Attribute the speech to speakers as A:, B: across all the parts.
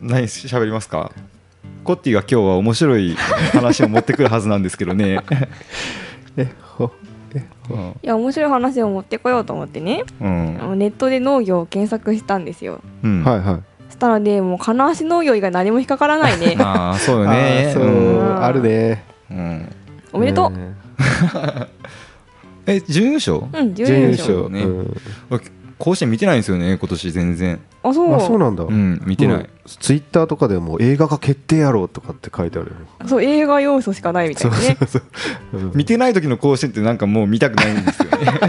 A: 何しゃべりますかコッティが今日は面白い話を持ってくるはずなんですけどね、
B: え ほえ
A: うん
C: いや面白い話を持ってこようと思ってね
A: う
C: あ
A: ん
C: のネットで農業を検索したんですよ
A: うん
B: はいはい
C: そしたらねもう金足農業以外何も引っかからな いね
A: ああそうよね
B: あーそう、
C: うん
B: あるね
A: うん
C: おめでとう、
B: ね
A: え準優勝
C: うん準
B: 準優
C: 優
B: 勝
C: 勝
A: ね
B: うん
A: 甲子園見てないんですよね今年全然
C: あそう
B: あそうなんだ、
A: うん見てない
B: ツイッターとかでも映画が決定やろうとかって書いてあるよ、
C: そう映画要素しかないみたいなね
B: うん
A: 見てない時の甲子園ってなんかもう見たくないんですよね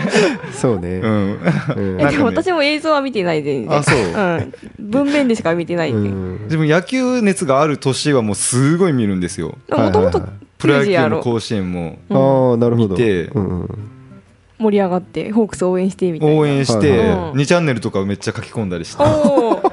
B: そうね、
A: うん
B: うん
A: なんかね
C: えでも私も映像は見てない全然
B: あそう
C: うん、文面でしか見てない
B: うん
A: でも野球熱がある年はもうすごい見るんですよ
C: でもともと
B: はいはいはい
A: プロ野
C: 球児や
A: 球の
C: ろ
A: 甲子園も
B: あーなるほど
A: 見て
B: うんうん
C: 盛り上がってホークス応援してみたいな
A: 応援して
B: はい
C: はい
A: 2チャンネルとかめっちゃ書き込んだりして
C: おー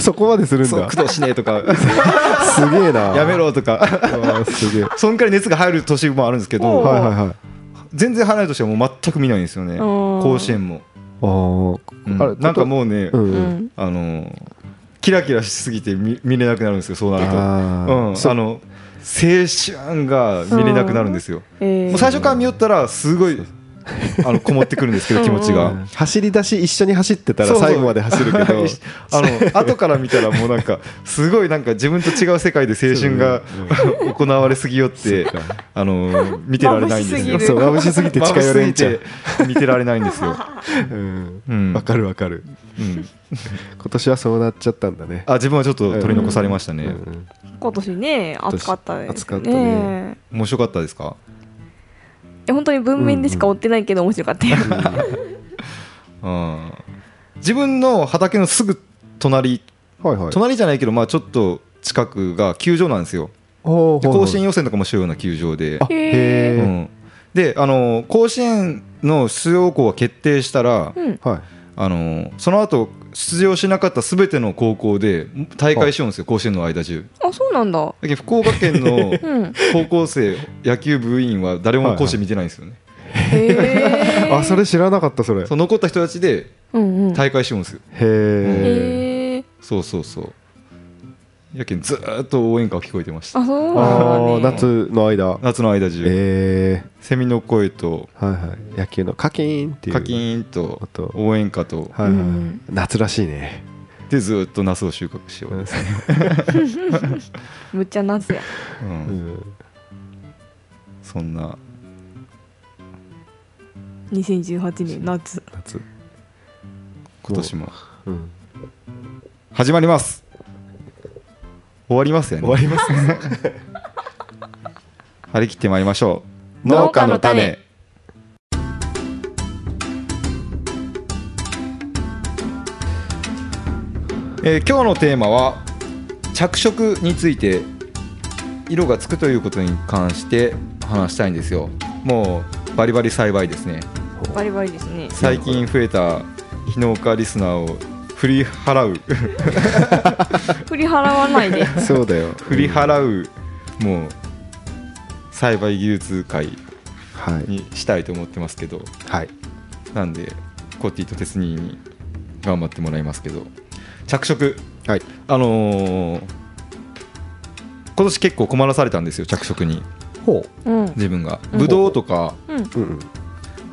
B: そこまです
A: 「
B: るん
A: そう
B: だ
A: 工藤しねえ」とか
B: すげえ
A: 「
B: な
A: やめろ」とか
B: あーす げえは
A: そんくらい熱が入る年もあるんですけ
B: い
A: ど
C: おう
B: はいはい
A: 全然入らない年はもう全く見ないんですよね
C: ん
A: 甲子園も、
B: あー
A: うん
B: あれ
A: なんかもうね、
B: う、
C: うんん
A: あのーキラキラしすぎて見見れなくなるんですよそうなると
B: あ
A: う
B: ー
A: ん、
B: そう
A: あの青春が見れなくなるんですよ、
C: え
A: もう
C: ー
A: 最初から見よったらすごいあのこもってくるんですけど気持ちが。
B: うん走り出し一緒に走ってた
A: そ
B: ら
A: うそう
B: 最後まで走 るけど
A: あの後から見たらもうなんかすごいなんか自分と違う世界で青春が 行われすぎよってあの見てられないんですよ
C: 眩しすぎる
B: そう眩しすぎて近寄れ
A: 眩
B: ん
A: し
B: ちゃう
A: すぎて見てられないんですよ、
B: うん
A: うん
B: わかるわかる
A: うん
B: 今年はそうなっちゃったんだね
A: あ自分はちょっと取り残されましたね、
B: うん
C: 今年ね暑かったですよ
B: 暑かったね
A: 面白かったですか
C: え本当に文面でしか追ってないけど面白かったよ、
A: うん自分の畑のすぐ隣
B: はいはい
A: 隣じゃないけどまあちょっと近くが球場なんですよ
B: ほう
A: で
B: ほうほう
A: 甲子園予選とかもしようような球場で
B: あ
A: う
B: へ
C: へ
A: ん、であの甲子園の出場校が決定したら
C: うん、
B: えはい
A: あのその後出場しなかったすべての高校で大会しようんですよ甲子園の間中
C: あそうなんだ
A: だけど福岡県の
C: うん
A: 高校生野球部員は誰も甲子園見てないんですよね、
C: へえ
B: あそれ知らなかったそれへ
A: そう残った人たちで
C: うんうん
A: 大会しようんですよ、
B: え
C: へえ
A: そうそうそうやけんずーっと応援歌聞こえてました
C: あそう
B: ああ
C: なんだ、ね、
B: 夏の間
A: 夏の間中、
B: え
A: セミの声と
B: えはいはい野球のカキーンっていう
A: 課金と
B: 音
A: 応援歌と
B: はいは
C: う
B: い
C: ん
B: 夏らしいね
A: でずーっとナスを収穫しよ
B: う
A: う、
B: ん
C: むっちゃ夏や
A: うんそんな
C: 2018年夏
B: 夏
A: 今年も
B: うん
A: 始まります終わりますよね
B: 終わりますね
A: 張り切ってまいりましょう
C: 農家の種
A: えー今日のテーマは着色について色がつくということに関して話したいんですよもうバリバリ栽培ですね
C: バリバリですね
A: 最近増えた非農家リスナーを振り払 う
C: 振り払わな いで
B: そうだよ
A: 振り払うもう栽培技術会
B: はい
A: にしたいと思ってますけど
B: はい
A: なんでコッティとテスニーに頑張ってもらいますけど着色
B: はい
A: あのー今年結構困らされたんですよ着色に
B: ほ
C: うんうん
A: 自分が
C: うん
A: ぶどうとか
C: うん
B: ううん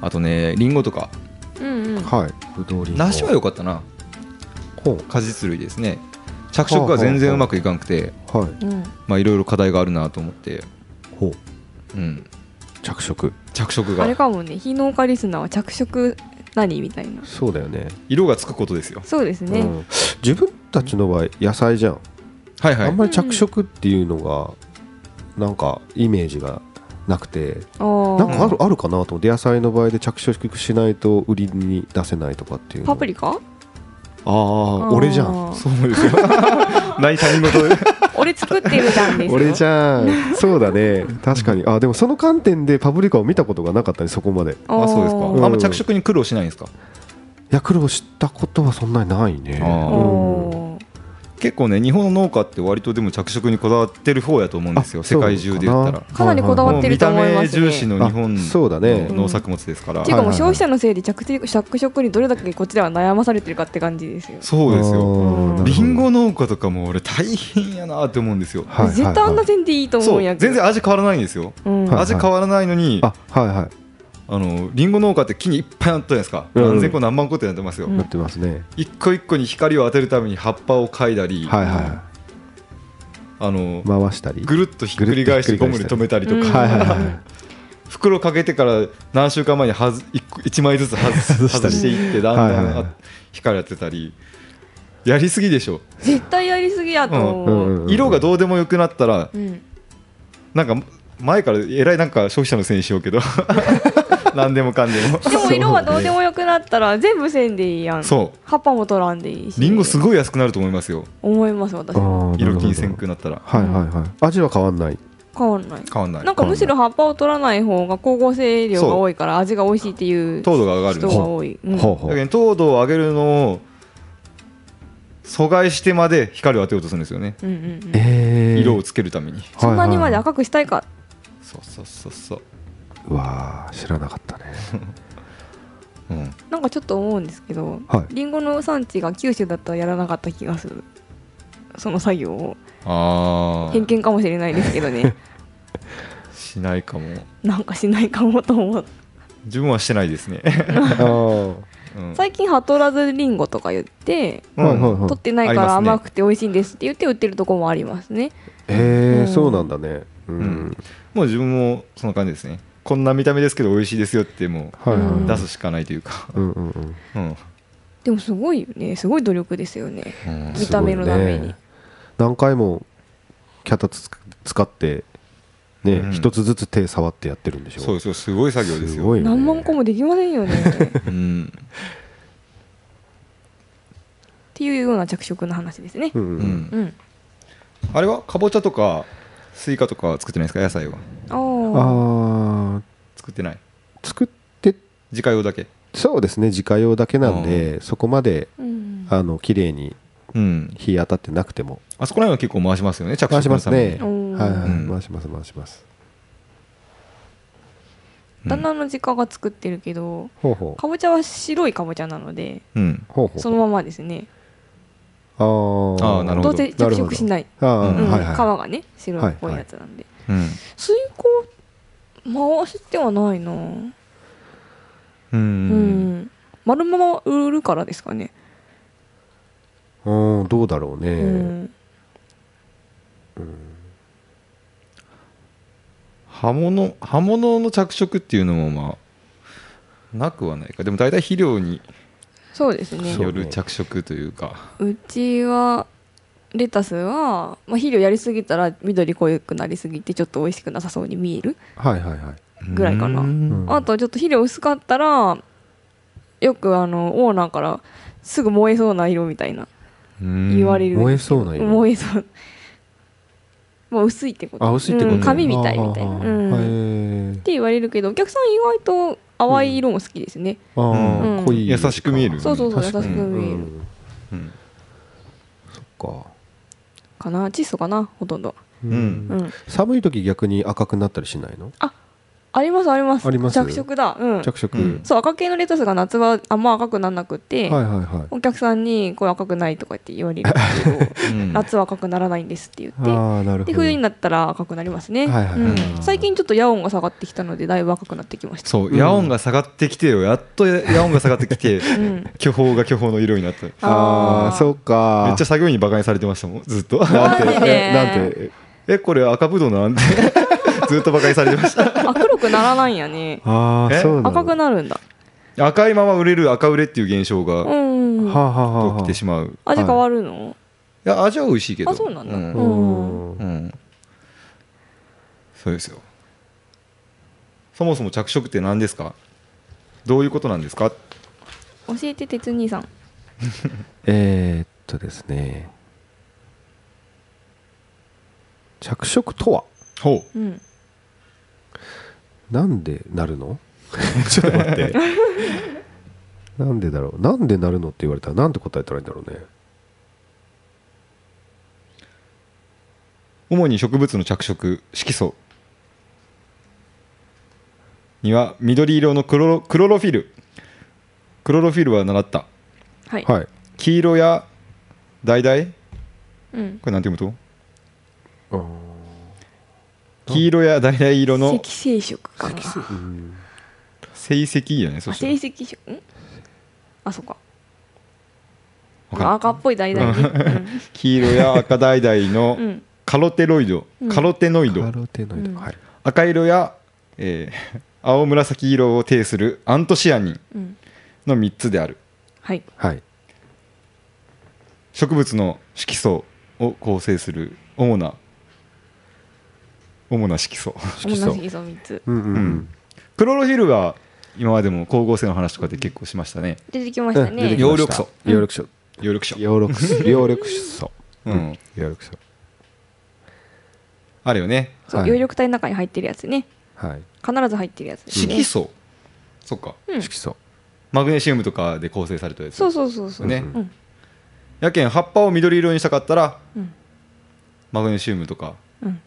A: あとねりんごとか
C: うんうん
B: はいぶどうりんご
A: 梨は良かったな
B: ほ
A: 果実類ですね着色が全然うまくいかなくて
B: うはい
C: うん
A: まあいろいろ課題があるなと思って、
B: ほう
A: うん、
B: 着色
A: 着色
C: あれ
A: が
C: かもね非農家リスナーは着色何みたいな
B: そうだよね
A: 色がつくことですよ
C: そうですね、
B: うん自分たちの場合野菜じゃん
A: はいは
B: あん
A: い
B: まり着色っていうのがなんかイメージがなくて
C: あ
B: なん
C: あ
B: かあるあるかなと思って野菜の場合で着色しないと売りに出せないとかっていうの
C: パプリカ
B: ああ俺じゃん
C: あー
A: そうですよ 何他人事で
C: 俺作ってるじゃんですよ
B: 俺じ ゃんそうだね確かにあでもその観点でパプリカを見たことがなかったねそこまでい
A: あそうですか、
B: うん
A: あんま着色に苦労しないんですか
B: や苦労したことはそんなにないね
A: あー
C: おー
A: 結構ね日本の農家って割とでも着色にこだわってる方やと思うんですよ
B: あそ
A: 世
B: うかな
A: 界中で言ったら
C: かなりこだわってると思い
A: もう
C: ま
A: 見
C: す
A: た目重視
C: ね。
A: の日本
B: あそうだね
A: の農作物ですから、
C: っていうかもう
B: はいはいはい
C: 消費者のせいで着色着色にどれだけこっちでは悩まされてるかって感じですよ。
A: そうですよ
B: あー
A: リンゴ農家とかも俺大変やなって思うんですよ、
B: はいはいはい
C: 絶対あんな線でいいと思
A: そう
C: うんや
A: う
C: けど
A: 全然味変わらないんですよ、
C: うん
B: はい
A: 味変わらないのにあ
B: あはいはい
A: のリンゴ農家って木にいっぱいなったじゃないですか、
B: うん
A: 何千個何万個ってなってますよ、
C: うん
B: なってますね
A: 一個一個に光を当てるために葉っぱを嗅いだり、
B: はいは
A: あの
B: い回したり
A: ぐるっとひっくり返してゴムで留めたりと
C: うん
A: か、
B: はいはいはい
A: 袋かけてから何週間前にはず 1, 枚ずつ外す
B: した
A: 外
B: り
A: していってだんだん
B: はいはいはい
A: あ光やってたりやりすぎでしょ、
C: 絶対やりすぎやと思う。
B: うんうん
A: 色がどうでもよくなったら
C: うん
A: なんか前からえらいなんか消費者のせいにしよう けど何でもかんでも
C: でも色はどうでもよくなったら全部線でいいやん。
A: そ
C: 葉っぱも取らんでいいし。
A: うリンゴすごい安くなると思いますよ
C: 思います私。変
B: あー
A: 色金
B: なる
A: 線
B: ほど
A: 区なったら
B: はいはいはい味は変わんない
C: わんない。
A: 変わんない
C: なんかむしろ葉っぱを取らない方が光合成量が多いから味が美味しいっていう人
A: 糖度が上がるんです
C: が多い。うん
B: ほうほ
A: だけ
B: う
A: ど糖度を上げるのを阻害してまで光を当てようとするんですよね、
C: うんうんうん
B: えー
A: 色をつけるために
C: そんなにま
B: はい
C: で
B: は
C: 赤くしたいか。
A: そうそうそうそう
B: いはいうわー知らなかったね
A: うん
C: なんかちょっと思うんですけど、
B: は
C: リンゴの産地が九州だったらやらなかった気がする。その作業を
A: あ
C: 偏
A: あ
C: 見かもしれないですけどね。
A: しないかも
C: なんかしないかもと思って。
A: 自分はしてない ですね、
B: あー
A: うん
C: 最近はとらずリンゴとか言って、
A: うん
B: はいはいはい
C: 取ってないか
A: あり
C: ら
A: ますね
C: 甘くて美味しいんですって言って売ってるとこもありますね。
B: へ
C: うん
B: えそうなんだね
A: う
B: う
A: んんもう自分もそんな感じですねこんな見た目ですけど美味しいですよっても
B: はいは
C: うん
A: う
B: い
A: 出すしかないというか、
B: うんうんうん
A: うん
C: でもすごいよね。すごい努力ですよね。
A: うん
C: 見た目のため
B: すごい
C: に
B: ね。何回も脚立使って
A: う
B: ね
A: ん
B: 一つずつ手触ってやってるんでしょ
A: そうですよすごい作業ですよ
B: すごいよね
C: 何万個もできませんよね。っ
A: うん
C: ていうような着色の話ですね
B: う。ん
A: う
B: うん
A: ん、
C: うん。
A: あれはかぼちゃとかスイカとかは作ってないですか野菜は
C: ああ。
B: あ
A: 作ってない
B: ー作って
A: 自家用だけ
B: そうですね自家用だけなんでそこまで
C: うん。
B: あの綺麗に
A: うん
B: 日当たってなくても
A: あそこら辺は結構回しますよね着
B: 回し
A: 色
B: ま
A: の
B: す
A: ために
B: ね
C: おー
B: はいは
A: うん
B: い回します回します
A: うん
C: 旦那の実家が作ってるけど、
B: ほうほう
C: かぼちゃは白いかぼちゃなので、
A: うん
B: ほうほう
C: そのままですね。
B: あー
A: あーなるほ
C: ど
A: ど
C: うせ
B: な
C: 着
B: るほ
C: 色
B: ど
C: しない。
B: ああ、
A: うん
C: うん。皮
B: はいはい
C: がね、白っぽいやつなんで。
A: うん
C: 水耕回してはないな。
A: う
C: うんん。丸まま売るからですかね。
B: うんどうだろうね、
C: うん。
A: 刃物刃物の着色っていうのもまあなくはないかでも大体肥料に
C: そうですね。
A: よる着色というか
C: うちはレタスは、まあ、肥料やりすぎたら緑濃くなりすぎてちょっと美味しくなさそうに見える、
B: はいはいはい
C: ぐらいかな
A: うん
C: あとちょっと肥料薄かったらよくあのオーナーからすぐ燃えそうな色みたいな言われる、
B: 燃えそうな色
C: 燃えそうもう薄いってこと
B: あ薄いってこと、
C: うん紙みたいみたいな、
B: あー
C: うん
B: へ
C: っ
B: ー
C: て言われるけどお客さん意外と淡い色も好きですね、
B: あー
C: うん
B: 濃い
A: 優しく見える
C: そうそうそう優し
B: 確
C: く
B: か
A: に
C: 見え
B: う
C: る
B: ん
A: うん
B: か
C: かな窒素かなほとんど、
B: う
A: うん
C: うん、
B: 寒い時逆に赤くなったりしないの
C: ありますあります
B: あります
C: 着色だうん
B: 着色、
A: うん
C: そう赤系のレタスが夏はあんま赤くならなくて、
B: はいはいはい
C: お客さんに「これ赤くない」とかって言われるんですけど 夏は赤くならないんですって言っ
B: ああなるほ
C: てで
B: ど
C: 冬になったら赤くなりますね、
B: はいはい
C: うん
A: うん
C: 最近ちょっと夜温が下がってきたのでだいぶ赤くなってきました
A: そう、
B: うん
A: 夜温が下がってきてよやっと夜温が下がってきて
C: うん
A: 巨峰が巨峰の色になっためっ
B: あ
C: あ
B: あ
C: ー
B: そうか
A: ちゃ作業員にバカにされてましたもんずっと
C: マジで
B: えなんて
A: えこれ赤ぶどうなんて ずっとバカにされてました
C: あ黒くならないんやね
B: ああ
A: え
B: そうなの
C: 赤くなるんだ
A: 赤いまま売れる赤売れっていう現象
C: う
A: が
C: ん
B: はあ、はあはあはあ
A: 起きてしまう
C: 味変わるの、
A: いや味は美味しいけど
C: あそうなんだ
A: うん
C: うん
B: うん
A: うん、そうですよそもそも着色って何ですかどういうことなんですか
C: 教えて鉄兄さん
B: えー、っとですね着色とは
A: ほ
C: うん
B: なんでなるの ちょっと待ってなんでだろうなんでなるのって言われたらなんて答えたらいいんだろうね
A: 主に植物の着色色素には緑色のクロロクロロフィルクロロフィルは習った
C: はい、
B: はい
A: 黄色や橙こ
C: うん、
A: れなんて読むと
B: あー
A: 黄色や橙色の
C: 赤青色かな
B: うん
A: 成績じゃないそ
C: あ
A: した
C: 成
A: ら
C: 績書んあそうか
A: わかんない
C: 赤っぽい代々ね
A: 黄色や赤橙
C: う
A: の
C: ん
A: カロテロイド、
C: うん
A: カロテノイド、
B: カロテノイドはい
A: 赤色や、えー 青紫色を呈するアントシアニン
C: うん、うん、
A: の3つである
C: はい
B: はい
A: 植物の色素を構成する主な主な色素
C: 同じ色素3つ
B: うんうんう
A: うんんクロロフィルは今までも光合成の話とかで結構しましたね
C: 出てきました
B: うん出て
C: ね
B: きま
A: 葉緑
B: した
A: 素
B: 葉緑素
A: 葉緑素、
B: 葉緑素葉緑素
A: うん、
B: 葉緑素
A: あるよね
C: そう
B: はい
C: 葉緑体の中に入ってるやつね
B: はい
C: 必ず入ってるやつですね
A: 色素、そっか
C: うん
B: 色素
A: マグネシウムとかで構成されたやつ
C: そうそうそうそう
A: ね
C: うん
A: やけん葉っぱを緑色にしたかったら
C: うん
A: マグネシウムとか
C: うん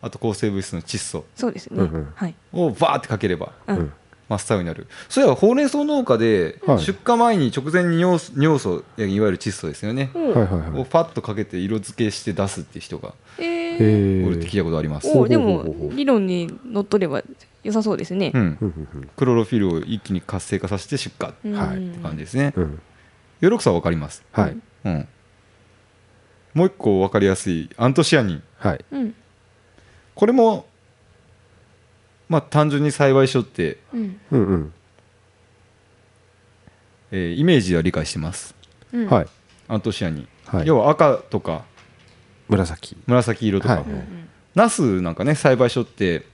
A: あと抗生物質の窒素
C: そうですね
B: うんうん
C: はい
A: をバーってかければ
B: う
C: う
B: ん
C: ん
A: 真っ青になるそういえばほうれん草農家で
B: はい
A: 出荷前に直前に尿素尿素いわゆる窒素ですよね、
C: お
B: はい
C: ー
B: はいはい
A: をファッとかけて色付けして出すっていう人が
C: え
B: へ
C: ー
A: お
B: ー
A: るって聞いたことあります、
C: おーで
B: ほうほうほう
C: も
B: ほう
C: 理論にのっとれば良さそうですね
A: うん
B: う、ん
A: クロロフィルを一気に活性化させて出荷って
C: うん
B: はい
A: 感じですね
B: うんうん
A: ヨロクサは分かります、
B: はい
A: うん、もう一個分かりやすいアントシアニン
B: はい
C: うん
A: これもまあ単純に栽培所って、
C: うん
B: うんうん
A: えーイメージでは理解してます
C: うん
B: はい
A: アントシアニン、
B: はい
A: 要は赤とか
B: 紫
A: 紫色とか、
B: はい
C: うんうん
A: ナスなんかね栽培所って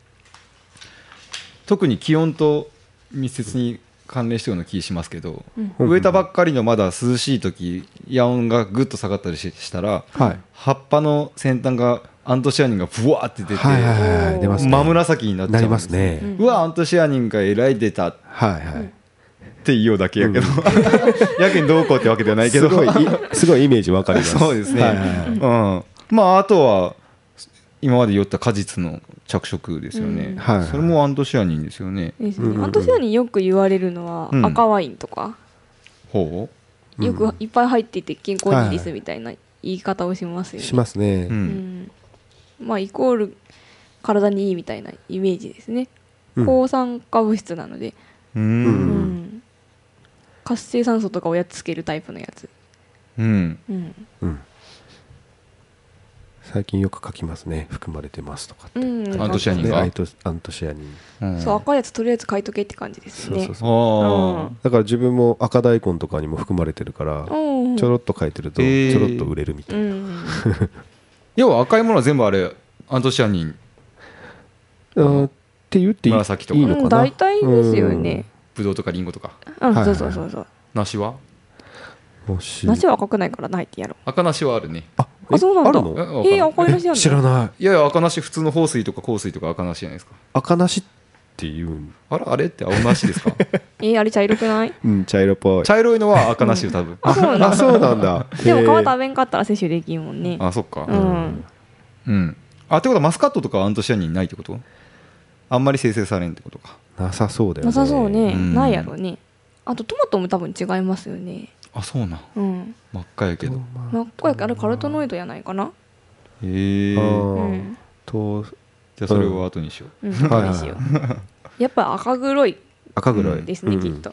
A: 特に気温と密接に関連してるような気しますけど、
C: うん
B: うん
A: 植えたばっかりのまだ涼しい時夜温がぐっと下がったりししたら
B: はい
A: 葉っぱの先端がアントシアニンがブワーって出て、
B: はいはいはい出ますね
A: 真紫になっちゃ
B: な
A: う
B: り
A: んで
B: ます
A: す
B: ね
C: うん
A: うわアントシアニンがえらい出たっ
B: はいはい
A: て言おうだけやけど、 やけにどうこうってわけではないけど
B: すごいいすごいイメージわかりま す
A: そうですね、
B: はいはいはい
A: うん、まああとは今まで言った果実の着色ですよね、
C: うん
B: はい
A: それもアントシアニンですよね
C: いいです
B: うんうんう
C: ね
B: ん
C: アントシアニンよく言われるのは
A: うん
C: 赤ワインとか
A: ほ
B: うん
C: よくいっぱい入ってて健康にいいですみたいな言い方をしますよね
B: します
A: う、
B: ね、
A: う
C: うんんまあイコール体にいいみたいなイメージですね
B: うん
C: 抗酸化物質なので
A: う
C: うん
B: ん
C: ん活性酸素とかをやっつけるタイプのやつ
A: うん
C: うん
B: うん最近よく書きますね含まれてますとかって、
C: うん
A: アントシアニン
B: ね
A: が
B: アイトアントシアニン
A: うん
C: そう赤いやつとりあえず買いとけって感じです
B: そう
C: ね
B: そうそう
A: あ
B: だから自分も赤大根とかにも含まれてるから
C: うん
B: ちょろっと書いてると
A: えー
B: ちょろっと売れるみた
C: う
B: いな、
C: ん
A: あ要は赤いものは全部あれアントシアニン
B: あーって言っていい
A: 紫とか
B: いいのか
C: うん
B: な
C: 大体ですよね
A: ブドウとかリンゴとか
C: うん
B: はい
C: そうそうそうそう
A: 梨は
B: うんもし
C: 梨は赤くないからないってやろう
A: 赤梨はあるね
B: あえ
C: あそうなんだ
B: あるの
A: えわかんない
C: えー赤いらしい
B: え
C: やん
B: 知らない
A: いやいや赤梨普通の豊水とか香水とか赤梨じゃないですか
B: 赤梨っていうん、
A: あらあれって青梨ですか
C: えーあれ茶色くない
B: うん、茶色っぽい
A: 茶色いのは赤梨よ多分
C: あそうなん
B: あ
C: だ
B: そうなんだ
C: でも
B: へ
C: 皮
B: ー
C: 食べんかったら摂取できんもんね。
A: あそっか
C: うん。
A: うんあってことはマスカットとかはアントシアニンないってことあんまり生成されんってことか
B: なさそうだよね
C: なさそうね。
A: うん
C: ないやろね。あとトマトも多分違いますよね。
A: あそうなん
C: うん。
A: 真っ赤やけど
C: 真っ赤やからあれカルトノイドやないかな。
A: へ
B: あ
A: え
C: う
B: ー
C: ん。
B: と
A: じゃあそれを後にしよう
C: うん。
B: はいはい
C: どうしようやっぱ赤黒い
B: 赤ぐらい
C: ですね、
B: うん
C: きっと。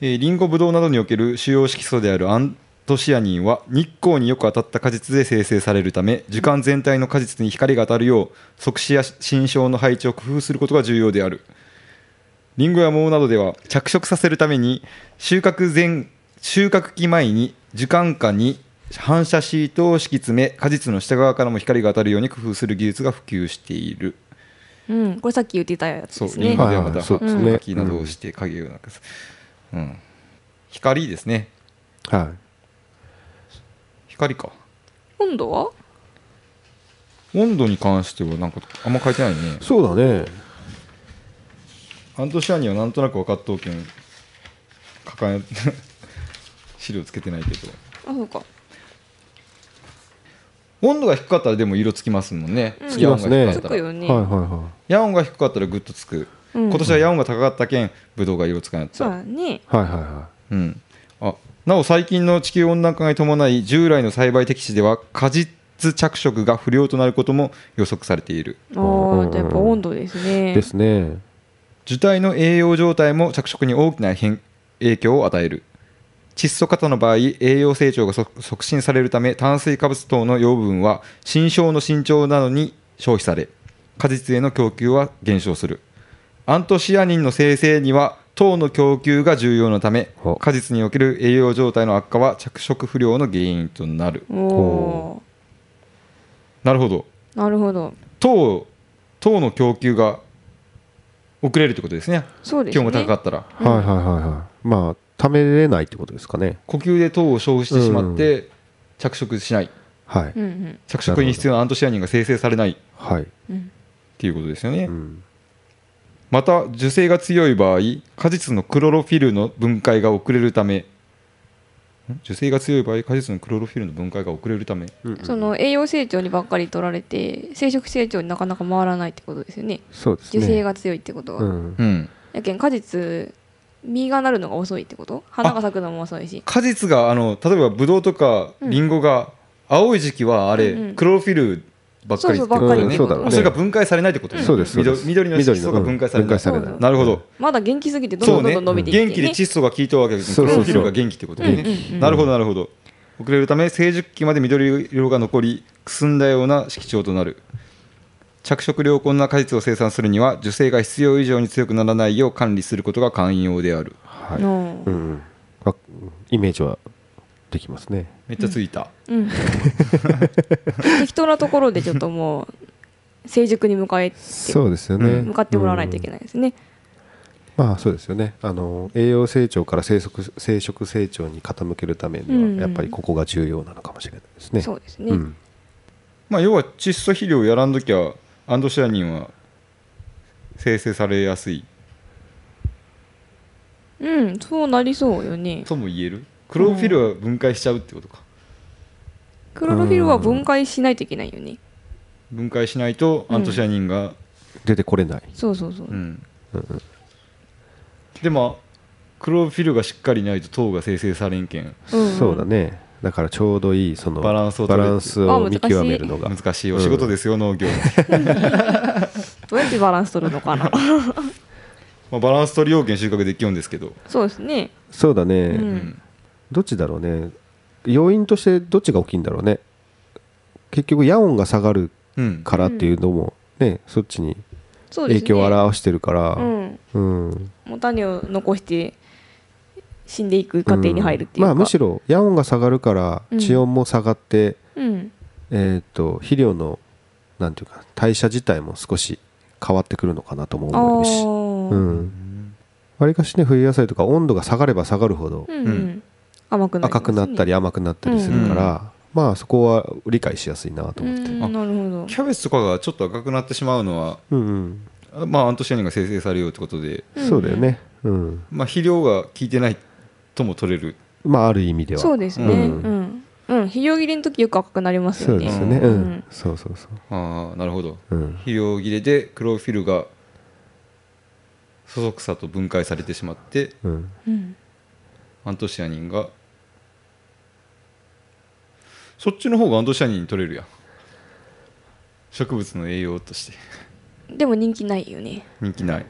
A: えーリンゴブドウなどにおける主要色素であるアントシアニンは日光によく当たった果実で生成されるため樹幹全体の果実に光が当たるよう即死や心象の配置を工夫することが重要であるリンゴや桃などでは着色させるために収穫前収穫期前に樹幹下に反射シートを敷き詰め果実の下側からも光が当たるように工夫する技術が普及している
C: うん。これさっき言ってたやつ
A: そ
C: で
A: う、
C: す
A: リン
C: ね
A: ゴ。ではま
B: はいは
A: た
B: いそう
C: ですね
A: 葉書などをして影をなくす、うん、光ですね
B: はい
A: 光か
C: 温度は
A: 温度に関してはなんかあんま書いてないね
B: そうだね
A: アントシアニンはなんとなく分かっとうけん抱え 資料つけてないけど
C: あ、そうか。
A: 温度が低かったらでも色つきますもんね、
C: うん
A: ヤオンが低かった
B: つ
C: つ
A: ら、
C: くよね、
B: はいはいは
A: ヤオンが低かったらグッとつく、
C: うん
A: 今年はヤオンが高かったけんブドウが色つかなかった、
C: そうだね
B: いはいはいは
A: うん、あなお最近の地球温暖化に伴い従来の栽培適地では果実着色が不良となることも予測されている
C: あーじゃあやっぱ温度です
B: い
C: ね
B: ですね
A: 樹体の栄養状態も着色に大きな変影響を与える窒素型の場合栄養成長がそ促進されるため炭水化物等の養分は新生の新長などに消費され果実への供給は減少するアントシアニンの生成には糖の供給が重要なため
B: ほう
A: 果実における栄養状態の悪化は着色不良の原因となる
C: お
B: ほ
C: お
A: なるほど
C: ーなるほど
A: 糖糖の供給が遅れるってことですね
C: そうで
A: 気
C: すね
A: 温が高かったら
C: うん
B: はいはいはいはいまあ貯めれないってことですかね
A: 呼吸で糖を消費してしまって着色しない
B: はい
C: うんうん
A: 着色に必要なアントシアニンが生成されないっ
B: はい、
C: うん
A: ていうことですよね、
B: うん、
A: また受精が強い場合果実のクロロフィルの分解が遅れるためん受精が強い場合果実のクロロフィルの分解が遅れるため
C: その栄養成長にばっかり取られて生殖成長になかなか回らないってことですよね
B: そうですね
C: 受精が強いってことは、
B: うん
A: うん
C: やけん果実実がなるのが遅いってこと花が咲くのも遅いし
A: 果実があの例えばブドウとか
C: うん
A: リンゴが青い時期はあれ、
C: うんうん
A: クロロフィルばっかり
C: そうそうばっかりってこと
B: うんそうだろう
A: そ
B: ね
A: れが分解されないってことです
B: そうですそうで
A: 緑
B: す
A: 緑の色素が
B: うん
A: 分解され
B: 分
A: ない、
B: 解されな
C: そ
B: いう
A: なるほど
C: まだ元気すぎてどん
A: そ
C: ど
A: うん
C: ど
A: ね
C: ん伸びていって、ね、
A: 元気で窒素が効いたわけです
B: そう
A: ク
B: そう
A: ロ
B: そ
A: ロ
B: う
A: フィルが元気ってこと
C: うんうん
A: ね、
C: うん
A: なるほどなるほど遅れるため成熟期まで緑色が残りくすんだような色調となる着色良好な果実を生産するには受精が必要以上に強くならないよう管理することが肝要である
B: はい
C: の
B: うんうんあイメージはできますね
A: めっちゃついた、
C: うん、適当なところでちょっともう成熟に向かえ
B: そうですよね、
A: うん
C: 向かってもらわないといけ
B: い、
C: ないですね、
B: まあそうですよねあの栄養成長から生殖生殖成長に傾けるため
C: うんう
B: に
C: ん
B: はやっぱりここが重要なのかもしれないですね、
C: そうですね、
B: うん
A: まあ、要は窒素肥料をやらんときはアンドシアニンは生成されやすい
C: うん、そうなりそうよね。
A: とも言えるクロロフィルは分解しちゃうってことか
C: クロロフィルは分解しないといけないよね。
A: 分解しないとアントシアニンが、
B: 出てこれない
C: そうそうそう
A: う。ん
B: うんうん
A: でもクロロフィルがしっかりないと糖が生成されんけん
C: うん
B: そうだねだからちょうどいいその
A: バランスを取
B: バ
A: る
B: ランスを見極めるのが
A: 難しいお仕事ですよ、農業
C: どうやってバランス取るのか な。
A: まあバランス取り要件収穫できるんですけど、
C: そうですね。
B: そうだね、
C: うん
B: どっちだろうね要因としてどっちが大きいんだろうね結局夜音が下がる
A: うん
B: からっていうのもね、そっちに
C: そうですね。
B: 影響を表してるから
C: うん。
B: うん
C: もう種を残して死んでいく過程に入るっていうか。
B: まあむしろ夜音が下がるから
C: うん
B: 地温も下がって、
C: うん。
B: えーっと肥料のなんていうか代謝自体も少し変わってくるのかなとも
C: ああ
B: 思うし
C: ー。
B: うんわりかしね冬野菜とか温度が下がれば下がるほど
C: うんうん。甘くなりますね
B: 赤くなった。り甘くなったりするから、まあそこは理解しやすいなと
C: う
B: 思って、
C: ん
A: あ
C: なるほど
A: キ。ャベツとかがちょっと赤くなってしまうのは
B: うんうん、
A: あまあアントシアニンが生成されようってことで、
C: うん
B: そうだよね、うん、
A: まあ、肥料が効いてないとも取れる
B: まあある意味では
C: そうですね。う
B: うん
C: ん。うん。肥料切れの時よく赤くなります
B: そ
C: よ
B: うです
C: ね。
B: よね、うん
C: うん
B: そうそうそう、
A: ああなるほど
B: うん、
A: 肥料切れでクロロフィルがそそくさと分解されてしまって
B: うん、
C: うん。
A: アントシアニンがそっちの方がアントシアニン取れるやん植物の栄養として
C: でも人気ないよね。
A: 人気ない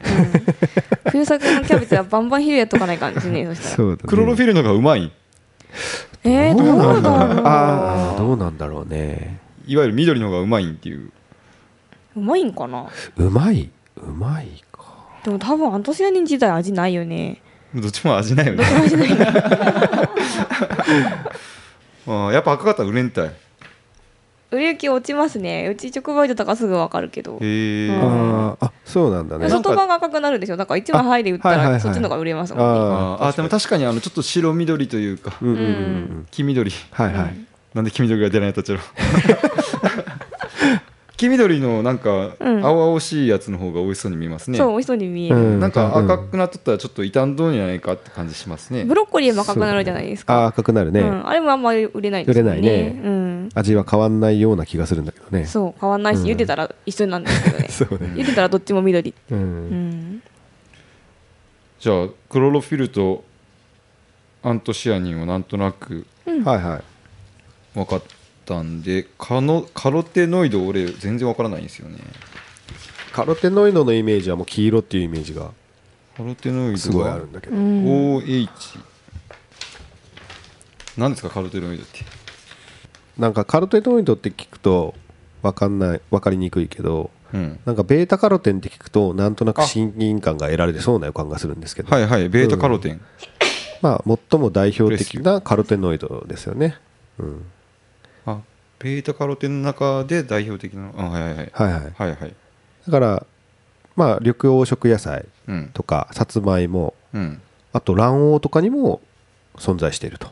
C: 冬作のキャベツはバンバン肥料やっとかない感じ ですねそしたら
B: そうだね
A: クロロフィルの方がうまい
C: えー、どうなんだろう
B: ああどうなんだろうね
A: いわゆる緑の方がうまいんっていう
C: うまいんかな
B: うまいうまいか
C: でも多分アントシアニン自体味ないよね
A: どっちも味ないよね ああやっぱ赤かったらウレンタイへ
C: 売れ行き落ちますねうち直売所とかすぐ分かるけど
A: え
C: うん
B: あーあそうなんだね
A: そう
C: 外側が赤くなるでしょだから1枚入で売った
B: あはいはいは
C: ら
B: い
C: そっちの方が売れますもんね
B: あ
A: ああでも確かにあのちょっと白緑というか
B: ーうんうんうんう
C: うん
A: 黄緑
B: はいはい
A: なんで黄緑が出ないとちろ 黄緑のなんか青
C: うん
A: 々しいやつの方が美味しそうに見えますね、
C: そう美味しそうに見える、
B: うん
A: なんか赤くなっとったらちょっと傷んどんじゃないかって感じしますね
C: ブロッコリーも赤くなるじゃないです
B: あー
C: か
B: 赤くなるね、
C: うん、あれもあんまり売れないですよね
B: 売れないね
C: うん
B: 味は変わんないような気がするんだけどね
C: そう変わんないし
B: うん
C: 茹でたら一緒なんですけどね
B: そうね
C: 茹でたらどっちも緑
B: う
C: うんん
A: じゃあクロロフィルとアントシアニンはなんとなく
B: はいはい
A: 分かったんでカノカロテノイド俺全然分からないんですよね
B: カロテノイドのイメージはもう黄色っていうイメージが
A: カロテノイドは
B: すごいあるんだけ
C: う
B: ど
C: ん
A: OH 何ですかカロテノイドって
B: なんかカロテノイドって聞くと分かんない分かりにくいけど
A: うん
B: なんかベータカロテンって聞くとなんとなく
A: あ
B: 親近感が得られてそうな予感がするんですけど、
A: はいはいベータカロテン、
B: まあ最も代表的なカロテノイドですよね、うん、
A: あベータカロテンの中で代表的なあはいはいはい
B: はいはい
A: はいはい
B: だからまあ緑黄色野菜
A: うん
B: とかさつまいも
A: うん
B: あと卵黄とかにも存在していると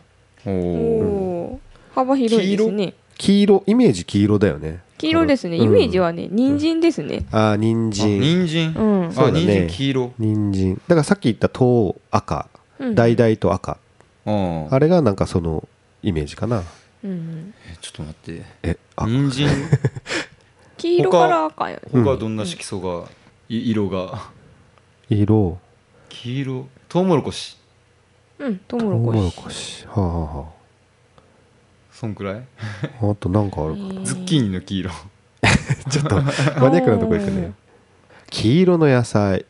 A: お
C: お
A: お
C: お幅広いですね
B: 黄色イメージ黄色だよね
C: 黄色ですね
B: うん
C: イメージはね人参ですね
B: ああ人
A: 人参
B: 参
C: うん
A: あ
B: そうだね
A: 人参黄色
B: 人参だからさっき言った糖赤
C: うん
B: 橙、と赤
A: あー
B: あれがなんかそのイメージかな
C: うん
A: えちょっと待って
B: えあ
A: 人参
C: 黄色から赤よ
A: 他はどんな色素が、い色が
B: 色
A: 黄色トウモロコシ
C: うんトウ
B: トウ
C: モロ
B: モ
C: コ
B: ロ
C: シ
B: コシはあ、は
A: そんくらい
B: あはあ、あとなんかあるか な
A: ズッキーニの黄色
B: ちょっとマニアックなとこ行くね黄色の野菜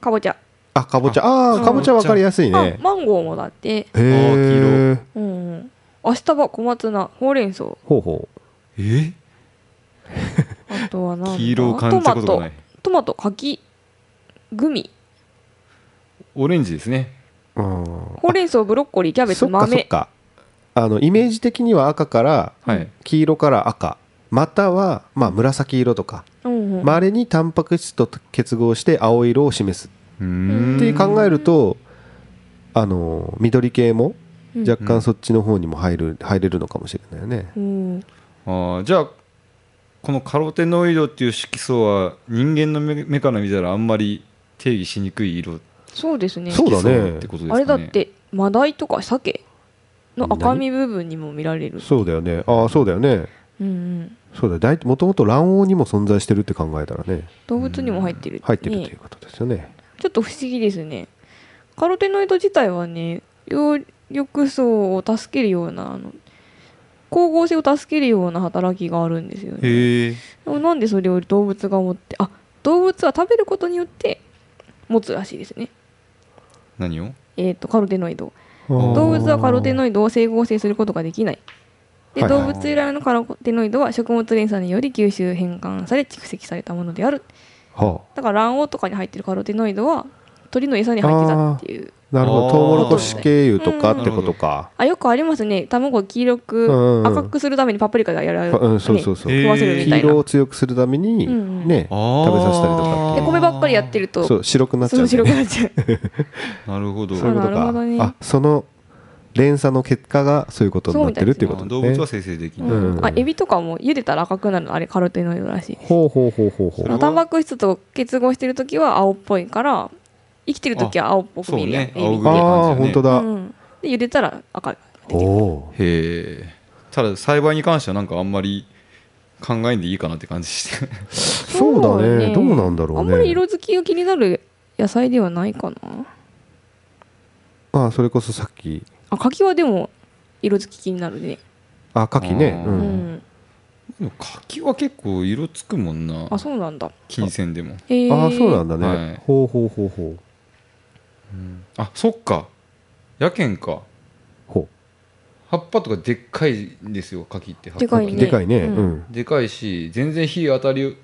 C: かぼちゃ
B: あかぼちゃああーかぼちゃわかりやすい
C: あ
B: ね
C: マンゴーもだって
B: へえ
C: うんうん明日は小松菜ほうれん草
B: ほうほう
A: え
C: あとはなんだ
A: 黄色を感じたことがない
C: トマトトマト柿グミ
A: オレンジですね
B: うん
C: ほうれん草ブロッコリーキャベツ
B: そっかそっ
C: 豆
B: かあのイメージ的には赤から
A: はい
B: 黄色から赤またはまあ紫色とか
C: うんうん
B: まれにタンパク質と結合して青色を示す
A: うーん
B: って考えるとあの緑系も
C: うん
B: 若干そっちの方にも入る入れるのかもしれないね
C: うん
A: あーじゃあこのカロテノイドっていう色素は人間の目目から見たらあんまり定義しにくい色
C: そうですね
B: そうだ
A: 色素っ
B: ね
A: てことですかね
C: あれだってマダイとか鮭の赤身部分にも見られる
B: そうだよねああそうだよね
C: うんうん
B: そうだよだいもともと卵黄にも存在してるって考えたらね
C: 動物にも入ってる
B: 入ってると
C: ね
B: いうことですよね
C: ちょっと不思議ですねカロテノイド自体はね葉緑素を助けるようなあの光合成を助けるような働きがあるんですよね
A: へえ
C: でもなんでそれを動物が持ってあ動物は食べることによって持つらしいですね
A: 何を
C: えっ、とカロテノイドを
A: ー
C: 動物はカロテ
B: イ
C: ノイドを整合性することができないで、
B: はいはい
C: 動物由来のカロテノイドは食物連鎖により吸収変換され蓄積されたものである
B: ドは
C: だから卵黄とかに入ってるカロテノイドは鳥の餌に入ってたっていう
B: あなるほ
A: あ
B: ど
A: ー
B: トウモロコシ経由とかってことか
C: あよくありますね卵を黄色
B: うんうん
C: く赤くするためにパプリカがやられる、
B: うんそうそう
C: ね
B: そう
A: へー
C: 食わせるみた
B: 黄
C: いな
B: 色を強くするために
C: うんうん
B: ね食べさせたりとかって
C: で米ばっかりやってると
B: そう白くなっちゃう
C: そ
B: ん
C: う
B: だ
C: 白
B: よ
C: く
B: ね
C: なっちゃう
A: なるほど
B: そういうこと
C: あなるほど
B: か
C: ね
B: あその連鎖の結果がそういうことになってるっていうこと
A: あ
B: ね
A: 動物は生成でき
C: う
A: ない、
C: ん
B: うん
C: あエビとかも茹でたら赤くなるのあれカロテノイドらしい
B: ほうほうほうほう
A: そ
B: ほ
A: れ
B: う
A: は
C: タンパク質と結合してる時は青っぽいから生きてる時は青っぽく見えるやん、
A: あそうね青ぐ
B: あ
A: らい
B: あー本当
C: う
B: だ、
C: ん、で茹でたら赤が出
B: お
C: てくる
A: へ
B: お
A: えただ栽培に関してはなんかあんまり考えんでいいかなって感じして
B: そうだねどうなんだろうね
C: あんまり色づきが気になる野菜ではないかな
B: あそれこそさっき
C: あ柿はでも色づき気になるね
B: あ牡蠣ね
A: あー
B: う
C: うんん、
A: でも柿は結構色つくもんな
C: あそうなんだ
A: 金銭でも、
C: へえ
B: ああそうなんだね、
A: はい
B: ほうほうほうほう
A: うんあそっかやけんか
B: ほ
A: 葉っぱとかでっかいんですよ柿って葉っ
C: で
A: ぱ
C: か
B: う
C: いね
B: でかいねう、
C: うんん
A: でかいし全然日当たり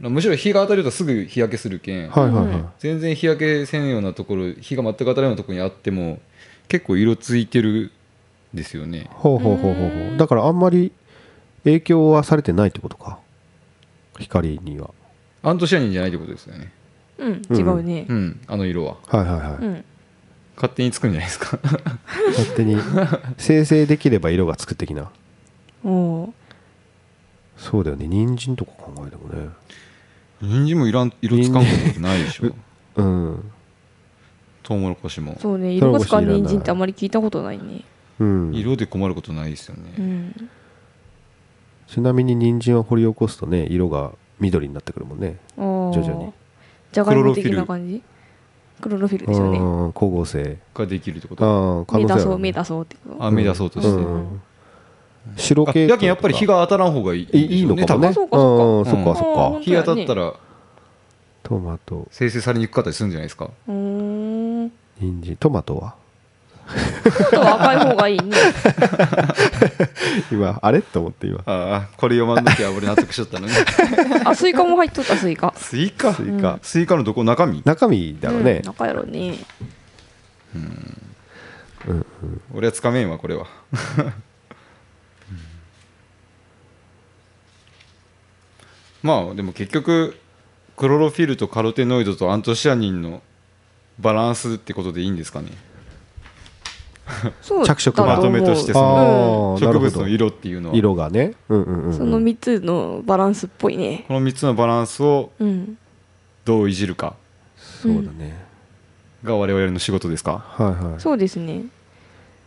A: むしろ日が当たるとすぐ日焼けするけん、
B: はいはいはい、
C: うん
A: 全然日焼けせんようなところ日が全く当たらんようなところにあっても結構色ついてるんですよね
B: ほうほうほうほうほ
C: う
B: うんだからあんまり影響はされてないってことか光には
A: アントシアニンじゃないってことですよね
C: うん違うね
A: うんあの色は
B: はいはいはい、
C: うん
A: 勝手につくんじゃないですか
B: 勝手に生成できれば色がつく的な
C: おー
B: そうだよね人参とか考えてもね
A: 人参もいらん色つかんことないでしょ
B: うん
A: トウモロコシも
C: そう
B: そ
C: ね
B: れ
C: 色
B: は
C: がつかん
B: 欲しいいらない
C: 人参ってあまり聞いたことないね
B: うん
A: 色で困ることないですよね、
C: うん
B: ちなみに人参は掘り起こすとね色が緑になってくるもんね
C: あー
B: 徐々に
C: じゃがいも的な感じクロロフィルですよね
B: うん光合成
A: ができるってこと
B: ああ可
C: 目
B: 能性あ
C: 出
B: る
C: そう目
B: ね
C: 出そうってこと
A: あ目出そうとして、
C: うん
B: 白
A: あ
B: 系
A: やけんやっぱり日が当たらん方がいい
B: いいいのかもね
C: 多分そうかそう
A: か
B: うんそっか
C: うん
B: そっか
A: 日が当たったら
B: トマト
A: 生成されにくかったりするんじゃないですか
C: うーん
B: 人参トマトは
C: ちょっとは赤い方がいい ね
B: 今あれと思って今
A: ああこれ読まんときは俺納得しちゃったのね
C: あスイカも入っとったスイカ
A: スイカ
B: ス
A: ス
B: イ
A: イ
B: カ、
A: カのどこ中身
B: 中身だろう
C: う
B: ね
C: ん、中やろね
B: うん
A: 俺はつかめんわこれはまあでも結局クロロフィルとカロテノイドとアントシアニンのバランスってことでいいんですかね
C: そう
B: 着色
C: だ思う
A: まとめとしてそ
B: のあーな
A: 植
B: るほど
A: 物の色っていうのは
B: 色がねうんうんうん
C: その3つのバランスっぽいね
A: この3つのバランスを
C: うん
A: どういじるか
B: そうだね、
A: が我々の仕事ですか
B: はいはい
C: そうですね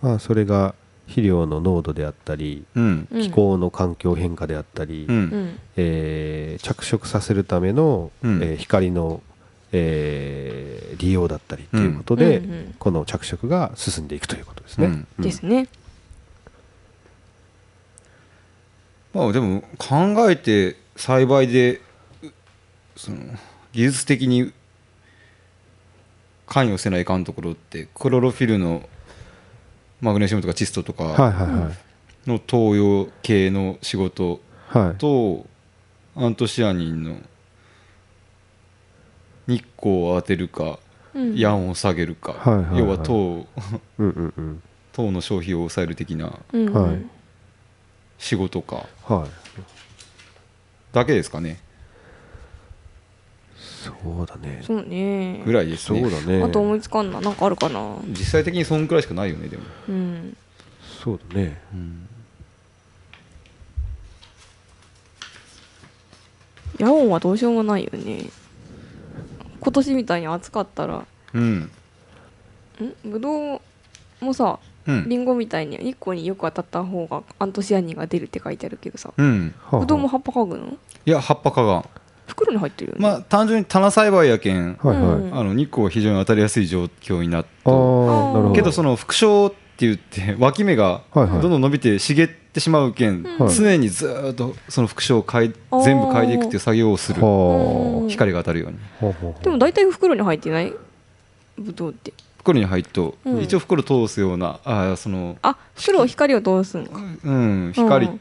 B: まあ、それが肥料の濃度であったり
A: うん
C: うん
B: 気候の環境変化であったり、
A: う
C: うんん
B: えー着色させるための、
A: うん
B: えー光の、えー利用だったりということで、
C: うんうん
B: この着色が進んでいくということですね。
A: うん
B: うん
C: ですね
A: まあでも考えて栽培でうその技術的に関与せないかんところってクロロフィルのマグネシウムとか窒素と
B: はい
A: か
B: はいはい、
A: の投与系の仕事
B: はい
A: とアントシアニンの日光を当てるか
C: うん
A: ヤンを下げるか
B: はいはいはい
A: 要は糖
B: うんうんうん
A: 糖の消費を抑える的な
C: うんうん
B: はい
A: 仕事か
B: はい、
A: だけですかね
B: そうだね
C: そうね
A: ぐらいです
B: そう
A: ね
B: だね
C: あと思いつかんななんかあるかな
A: 実際的にそんくらいしかないよねでも。
C: うん
B: そうだね
C: ヤオンはどうしようもないよね今年みたいに暑かったらん
A: うん
C: ぶどうもさ
A: うん
C: リンゴみたいに日光によく当たった方がアントシアニンが出るって書いてあるけどさ
A: うん
B: はあはあ
C: ぶどうも葉っぱ嗅ぐの
A: いや葉っぱかがん
C: 袋に入ってるよね
A: まあ単純に棚栽培やけん、
B: はいはい、
C: うん
B: あ
A: あの日光が非常に当たりやすい状況になっ
B: あ
A: と
B: ーなるほど
A: けどその副梢って言って 脇芽が
B: はいは
A: ど
B: い
A: んどん伸びて茂ってしまうけん、
C: はい
A: 常にずーっとその副梢を変え
C: あー
A: 全部変えていくっていう作業をする
B: は
C: うん
A: 光が当たるように
B: あはあはあ
C: でも大体袋に入ってないぶどうって
A: 袋に入っと、
C: うん
A: 一応袋通すようなあーその
C: あ袋を光を通すんか
A: うん光、
C: うん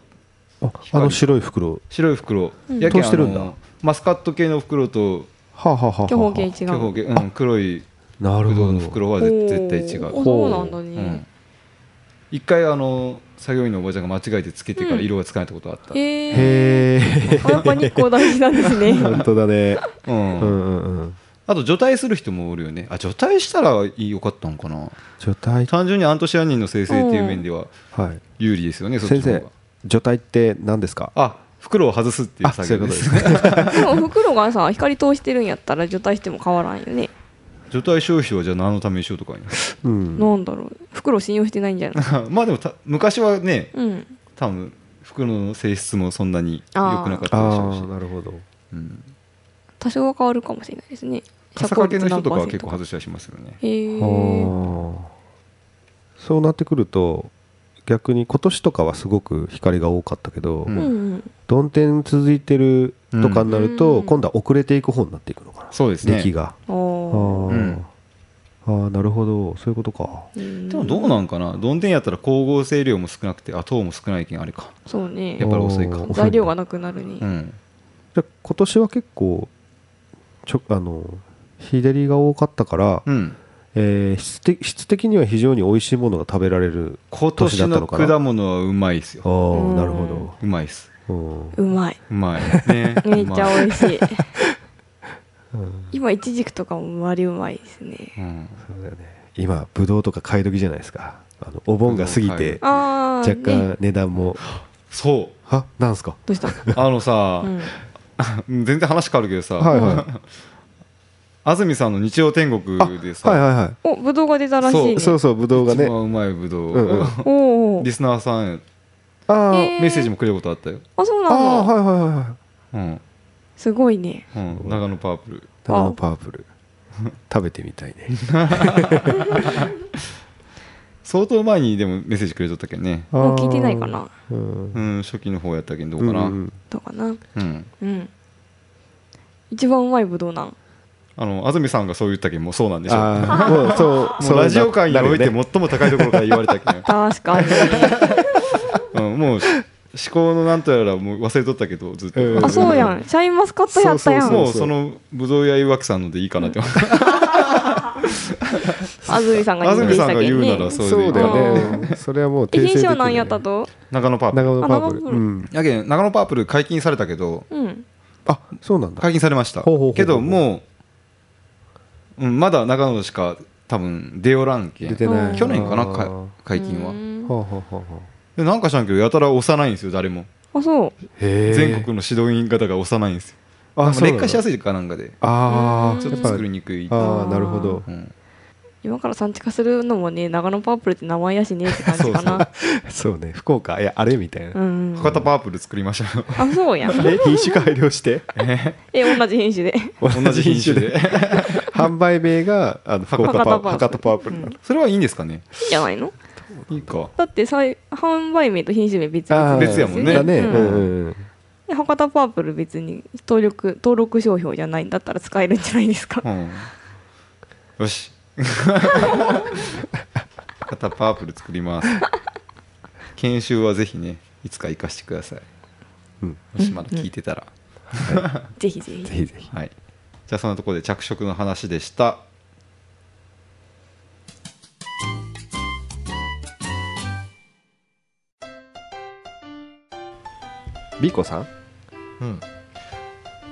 B: ああの白い袋
A: 白い袋、
C: うん
A: やけん
B: 通してるんだ
A: あのマスカット系の袋と
B: はあはあはあはあ
C: 巨峰系違
A: 巨峰
C: う
A: 系、うん、黒い
B: なる
A: ぶどうの
B: ほど
A: 袋は絶絶対違う
C: おーそうなんだ
A: う
C: ね
A: ん、一回あの作業員のおばちゃんが間違えてつけてから色がつかないってことあった、うん
C: へえ
B: へえ
C: やっぱ日光大事なんで すね
B: 本当だねうんうんうん
A: あと除隊する人もおるよねあ除隊したらよかったのかな
B: 除体
A: 単純にアントシアニンの生成っていう面では
B: はい
A: 有利ですよね、そっちの
B: 先
A: 方が
B: 生除体って何ですか
A: あ袋を外すっていう
B: あ
A: 作
B: そうい
A: 業
B: うこ
A: で
B: とですすね
C: でも袋がさ光通してるんやったら除体しても変わらんよね、
A: 除隊消費はじゃあ何のためにしようとかに
B: うん
C: なんだろう袋信用してないんじゃない
A: まあでもた昔はね
C: うん
A: 多分袋の性質もそんなに良くなかったでしょうし
B: ああ、なるほど
A: うん、
C: 多少は変わるかもしれないですね
A: カサカ系の人とかは
C: 遮
A: 結
C: 光率何パーセント
A: 構外したりしますよね
C: へえ
B: はあそうなってくると逆に今年とかはすごく光が多かったけど、
A: う
C: うんんうん
B: どん天続いてるとかになると、
C: うん
B: 今度は遅れていく方になっていくのかな、
A: そうですね
B: 出来が
C: あ
B: あ
C: ー
B: ー、
A: うん
B: あーなるほどそういうことか
C: うん
A: でもどうなんかなどん天やったら光合成量も少なくてあ糖も少ないけんあれか
C: そうね
A: やっぱり遅いか
B: おー
C: 材料がなくなる
A: う
C: ね
A: ん
B: じゃあ今年は結構ちょあの日照りが多かったから、
A: うん
B: えー質的質的には非常に美味しいものが食べられる
A: 今年の果物はうまいっす
B: あ
A: よ
B: あ
C: うん
B: なるほ
A: うまいっす
B: ど、うん
C: うまいう
A: まい ね
C: めっちゃ美味しい
B: うん
C: 今イチジクとかも割りうまいですね
A: うん
B: そうだよね今ブドウとか買い時じゃないですかあのお盆が過ぎて
C: ああ
B: 若
C: ね
B: 干値段も、
A: そ
B: あなんすか
C: どうした
A: うあのさ
C: う、ん
A: 全然話変わるけどさ、
B: はいはい
A: 安住さんの日曜天国でさ、
B: はいはいはい
C: おぶどうが出たらしいね
B: そうそうブドウが
A: 一
B: ね
A: 番うまいぶどう、
B: うんうん
C: おーおー
A: リスナーさん
B: あー
C: へー
A: メッセージもくれることあったよ、
C: あそうな
B: あー
C: の
B: はいはいはいはい
A: うん
C: すごいね
A: うん、長野パープル
B: タナノパープ ル食べてみたいね
A: 相当前にでもメッセージくれとったけんね
C: もう聞いてないかな
B: うん
A: うん初期の方やったけんどうかな
B: うんうん
C: どうかな
A: うん
C: うん一番うまいぶどうなん
A: あの安住さんがそう言ったけんもうそうなんでしょう
B: あー もうそう
A: もうラジオ界において
B: も
A: 最も高いところから言われた けん、
C: 確かに
A: うん、もう思考のなんとやらもう忘れとったけどずっと、
B: うん
C: あそうやんシャインマスカットやったや
B: そうそ
C: ん
A: もうそのぶどう屋曰くさんのでいいかな って思って
C: 安住さんが
A: 安
C: 認定
A: 住
C: し
A: さ
C: た
A: んが
C: け
A: 言
C: ん
A: うな
C: ね
A: らそれでい
B: そう
A: い
B: だよねそれはもう
C: え
B: 訂正で
C: 品
B: き
C: 種
B: る
C: は
B: よ
C: 何やったと
A: 長野パープ
B: 長
A: ル
B: 野パープ
C: あ長野
B: ル
C: パー
B: う
C: プル
B: ん
A: やけん長野パープル解禁されたけど
C: うん
B: あそうなんだ
A: 解禁されました
B: ほうほうほうほう
A: けどもう、うん、まだ長野しか多分出よらんけ
B: 出
A: ん
B: てない
A: 去年かな
B: あー
A: か解禁は
C: うん
B: はあはあはあはあ
A: でなんかしらんけどやたら押さないんですよ誰も
C: あそう
B: へー
A: 全国の指導員方が押さないんですよなん
B: あ
A: か
B: そう
A: 劣化しやすいかなんかで
B: ああ
A: ちょっと
B: やっ
A: 作
B: ぱ
A: りにくい
B: ああなるほど
A: うん
C: 今から産地化するのもね長野パープルって名前やしねって感じかな
B: そうね福岡いやあれみたいな
C: うんうん
A: 博多パープル作りましたよ
C: あそうやん
B: え品種改良して
C: え同じ品種で
A: 同じ品種で
B: 販売名があの福岡パー
C: 博多パープル
B: 博多パープルなの
A: それはいいんですかね
C: いいんじゃないの
A: いいか
C: だってさい販売名と品種名別
B: あ
C: 々
B: ー
A: 別やもんね
B: だね
C: う
B: うんんうんうん
C: で博多パープル別に登録登録商標じゃないんだったら使えるんじゃないですか
A: うんよ し博多パープル作ります研修はぜひねいつか行かしてください
B: うん
A: もしまだ聞いてたら、
C: ぜひぜひ
B: ぜひぜひ
A: はい、じゃあそんなところで着色の話でした
B: ビコさん
A: うん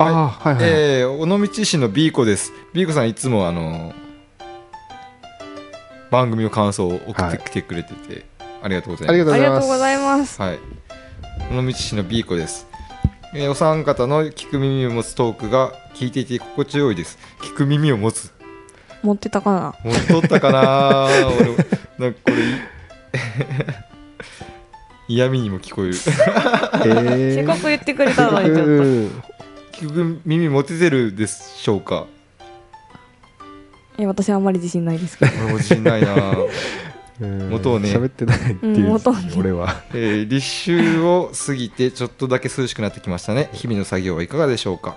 B: ああはいはいはい
A: えー尾道市のビーコですビーコさんいつもあの番組の感想を送ってきてくれてて、ありがとうございます
B: ありがとうご
C: あ
B: ざ
C: り
B: い
C: が
B: ま
C: とう
B: す
C: ございます
A: はい、尾道市のビーコです、えーお三方の聞く耳を持つトークが聞いていて心地よいです聞く耳を持つ
C: 持ってたかな
A: 持っとったかな 俺なんかこれ 嫌味にも聞 こえる
B: えー
C: せっかく言ってくれたのにち ょっ
B: うん
A: 聞く耳持ててるでしょうか
C: とえ私あんまり自信ないですけど
A: 俺も自信ないな
B: うん
A: 元をね
B: 喋ってないってい
C: うん
B: う
C: 元をね
B: 俺は
A: えー立秋を過ぎてちょっとだけ涼しくなってきましたね日々の作業はいかがでしょうか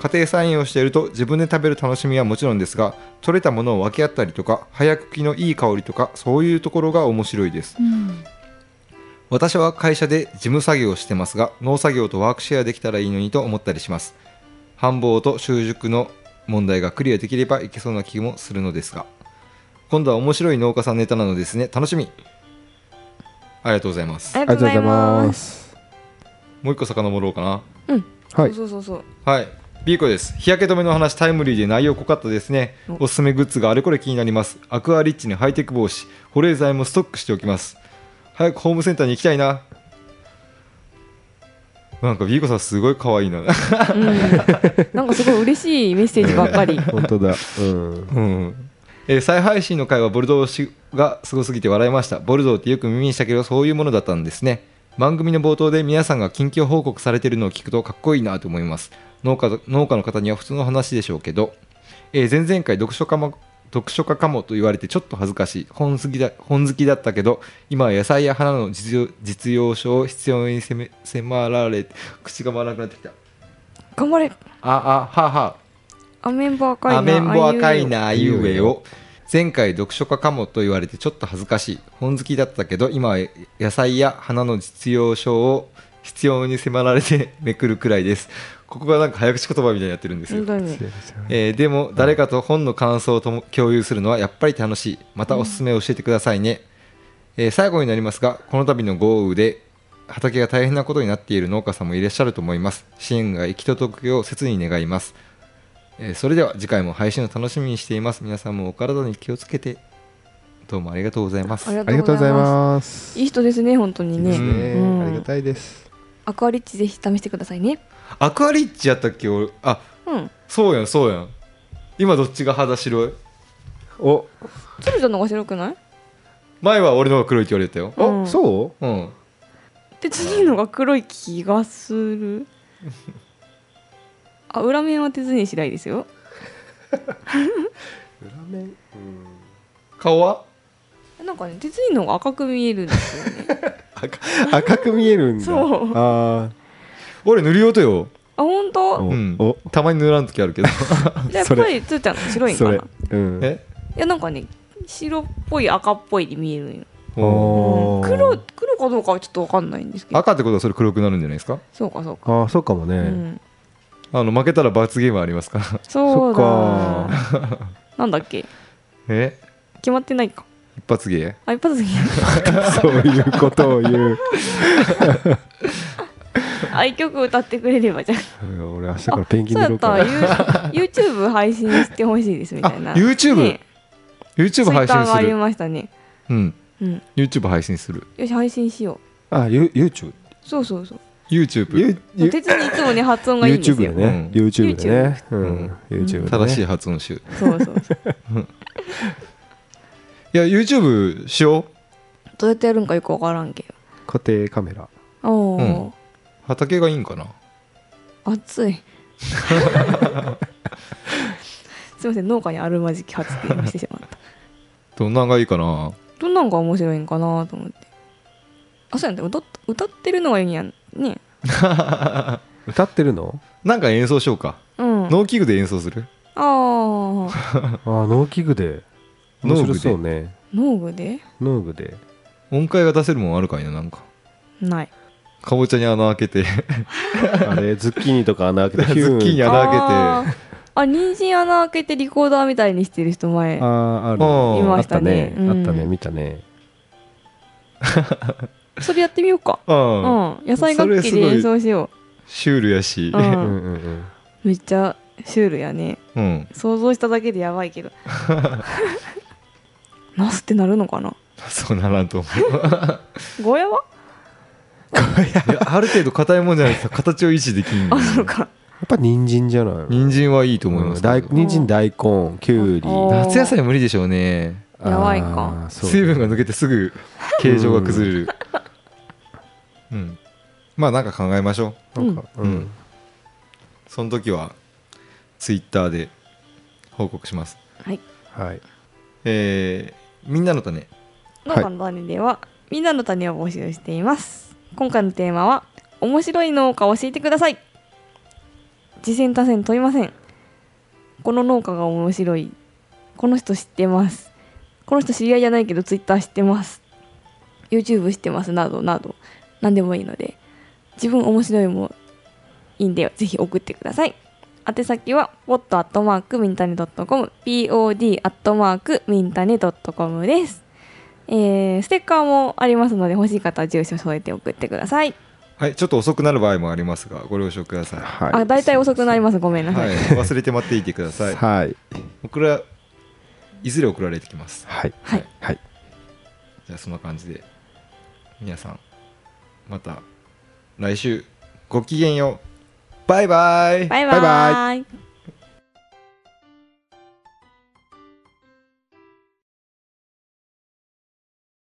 A: 家庭菜園をしていると自分で食べる楽しみはもちろんですが取れたものを分け合ったりとか早茎きのいい香りとかそういうところが面白いです、私は会社で事務作業をしてますが農作業とワークシェアできたらいいのにと思ったりします繁忙と習熟の問題がクリアできればいけそうな気もするのですが今度は面白い農家さんネタなのですね楽しみありがとうございます
C: あり
B: あ
C: が
B: りがとう
C: とう
B: ご
C: ご
B: ざ
C: ざ
B: い
C: い
B: ま
C: ます
B: す
A: もう一個遡ろうかな
C: うん
B: は
C: そうそうそう
A: はい、ビーコです。日焼け止めの話タイムリーで内容濃かったですね。
C: お
A: おすすめグッズがあれこれ気になります。アクアリッチにハイテク帽子、保冷剤もストックしておきます。早くホームセンターに行きたいな。なんかビーコさんすごい可愛いな。
C: なんかすごい嬉しいメッセージばっかり
B: 本当だうん
A: うんえー再配信の回はボルドー氏がすごすぎて笑いましたボルドーってよく耳にしたけどそういうものだったんですね番組の冒頭で皆さんが近況報告されてるのを聞くとかっこいいなと思います農家と農家の方には普通の話でしょうけど、えー前々回読書家も読書家かもと言われてちょっと恥ずかしい本好きだ本好きだったけど今は野菜や花の実用実用書を必要に迫迫られて口が回らなくなってきた
C: 頑張れ
A: ああはあはあ
C: アメンボ赤いな
A: アメンボ赤いな
B: あ
A: あ
B: い
A: いうう
B: え
A: え
B: お
A: を前回読書家かもと言われてちょっと恥ずかしい本好きだったけど今は野菜や花の実用書を必要に迫られてめくるくらいですここがなんか早口言葉みたいになってるんです
C: 本
A: よ、
C: 当に
A: えーでも誰かと本の感想をとも共有するのはやっぱり楽しいまたおすすめを教えてくださいね、えー最後になりますがこの度の豪雨で畑が大変なことになっている農家さんもいらっしゃると思います支援が行き届くよう切に願いますえーそれでは次回も配信を楽しみにしています皆さんもお体に気をつけてどうもありがとうございます
C: あ
B: あり
C: り
B: が
C: が
B: と
C: と
B: うござ
C: うござ
B: い
C: いま
B: ます
C: すいい人ですね本当に
B: いいで
C: ね
B: すね
C: うん
B: ありがたいです
C: アクアリッチぜひ試してくださいね
A: アクアリッチやったっけ俺あ
C: うん
A: そうやんそうやん今どっちが肌白い
B: お
C: 鶴ちゃんの方が白くない
A: 前は俺の方が黒いって言われたよ
C: う
B: お
C: ん
B: そう
A: うん
C: 鉄にのが黒い気がするあ裏面は鉄に次第ですよ
B: 裏面、うん、
A: 顔は
C: なんかね鉄にのが赤く見えるんですよね
B: 赤赤く見えるんだ
C: そう
B: あ
A: 俺塗りようとよ、
C: あ本
B: あ、
C: 当
A: う
B: お
A: ん
B: お、
A: たまに塗らん時あ るけど
C: じゃあやっ
B: それ
C: ぱりつーちゃんの白いんか
B: そ
C: な
B: れ
C: い、
B: うん、
A: え
C: やなんかね白っぽい赤っぽいに見えるんよ、
A: うん
C: うん
B: おー
C: 黒黒かどうかはちょっとわかんないんですけど
A: 赤ってことはそれ黒くなるんじゃないですか
C: そうかそうか、
B: ああそうかもね、
C: うん、
A: あの負けたら罰ゲームありますから
C: そうだ
B: そ
C: なんだっけ
A: え
C: 決まってないか
A: 一発芸
C: あ一発 芸
B: そういうことを言う
C: あ一曲歌ってくれればじゃん
B: うん俺明日からペンギン
C: そう
B: 塗
C: や
B: ろう
C: っ
B: か
C: た
B: な
C: ら You- YouTube 配信してほしいですみたいな
A: あ YouTube
C: ね
A: YouTube 配
C: Twitter
A: 信
C: があ
A: す
C: り
A: る
C: ましたね
A: うん
C: うん、
A: YouTube 配信する
C: よし配信しよ
B: あ You- YouTube
C: うそうそうそう
A: YouTube
B: You- You-
C: 鉄にいつもね発音がいいんですよ
B: YouTube でね、
A: うん
B: YouTube でね、う
A: うん
B: ん、YouTube でね
A: 正しい発音集い
C: そうそうそう
A: や YouTube しよう
C: どうやってやるんかよくわからんけ
B: 固定カメラ
C: どおお、
A: 畑がいいんかな
C: 暑いすいません農家にあるまじき発言をしてしまった
A: どんなんがいいかな
C: どんなんが面白いんかなと思ってあそうやんだ歌っ歌ってるのがいいんやんね
B: 歌ってるの
A: なんか演奏しようか
C: うんあ
A: 農機具で演奏する
C: あー
B: あー農機具で面白そうね
C: 農具で
B: 農具で
A: 音階が出せるもんあるかいななんか
C: ない
A: かぼちゃに穴開けて
B: あれズッキーニとか穴開けて
A: ズッキーニ
B: あ
A: 穴開けて
C: けてあ人参穴開けてリコーダーみたいにしてる人前
B: あーある
A: うん
C: い
B: あ
C: ま
B: っ
C: した
B: たね
C: ね
B: あったね
C: うん
B: 見たね
C: それやってみようか
A: うん
C: うん野菜楽器
A: それす
C: で
A: ごい
C: 演奏しよ
A: シュールやし
C: う、う
B: うん
C: ん
B: うんうん
C: めっちゃシュールやね
A: うん
C: 想像しただけでやばいけどナスってなるのかな
A: そうならんと思う
C: ゴーヤはい
A: やある程度硬いもんじゃないですか形を維持できんの
C: あそうか
B: やっぱ人参じゃないの
A: 人参はいいと思いま
B: うん
A: す
B: 大
A: けど
B: 人参大根きゅうり
C: あ
A: 夏野菜無理でしょうね
B: あー
C: やばいか
B: そう
A: 水分が抜けてすぐ形状が崩れるうんまあなんか考えましょう
B: なんかう
A: うんんその時はツイッターで報告します
C: はい
B: はい
A: えー、みんなの種
C: 農家の種では、みんなの種を募集しています今回のテーマは面白い農家を教えてください次戦他戦問いませんこの農家が面白いこの人知ってますこの人知り合いじゃないけどツイッター知ってます YouTube 知ってますなどなど何でもいいので自分面白いもいいんでぜひ送ってください宛先は pod.mintanet.com pod.mintanet.com ですえーステッカーもありますので欲しい方は住所添えて送ってください、
A: はいちょっと遅くなる場合もありますがご了承ください、
B: はい
C: あ大体遅くなりますごめんなさ、
A: はいい、忘れて待っていてくだ さい
B: はい
A: 送らいずれ送られてきます
B: はい
C: はい
B: はい
A: じゃあそんな感じで皆さんまた来週ごきげんようバイバイ
C: バイバ
B: バイ
C: イ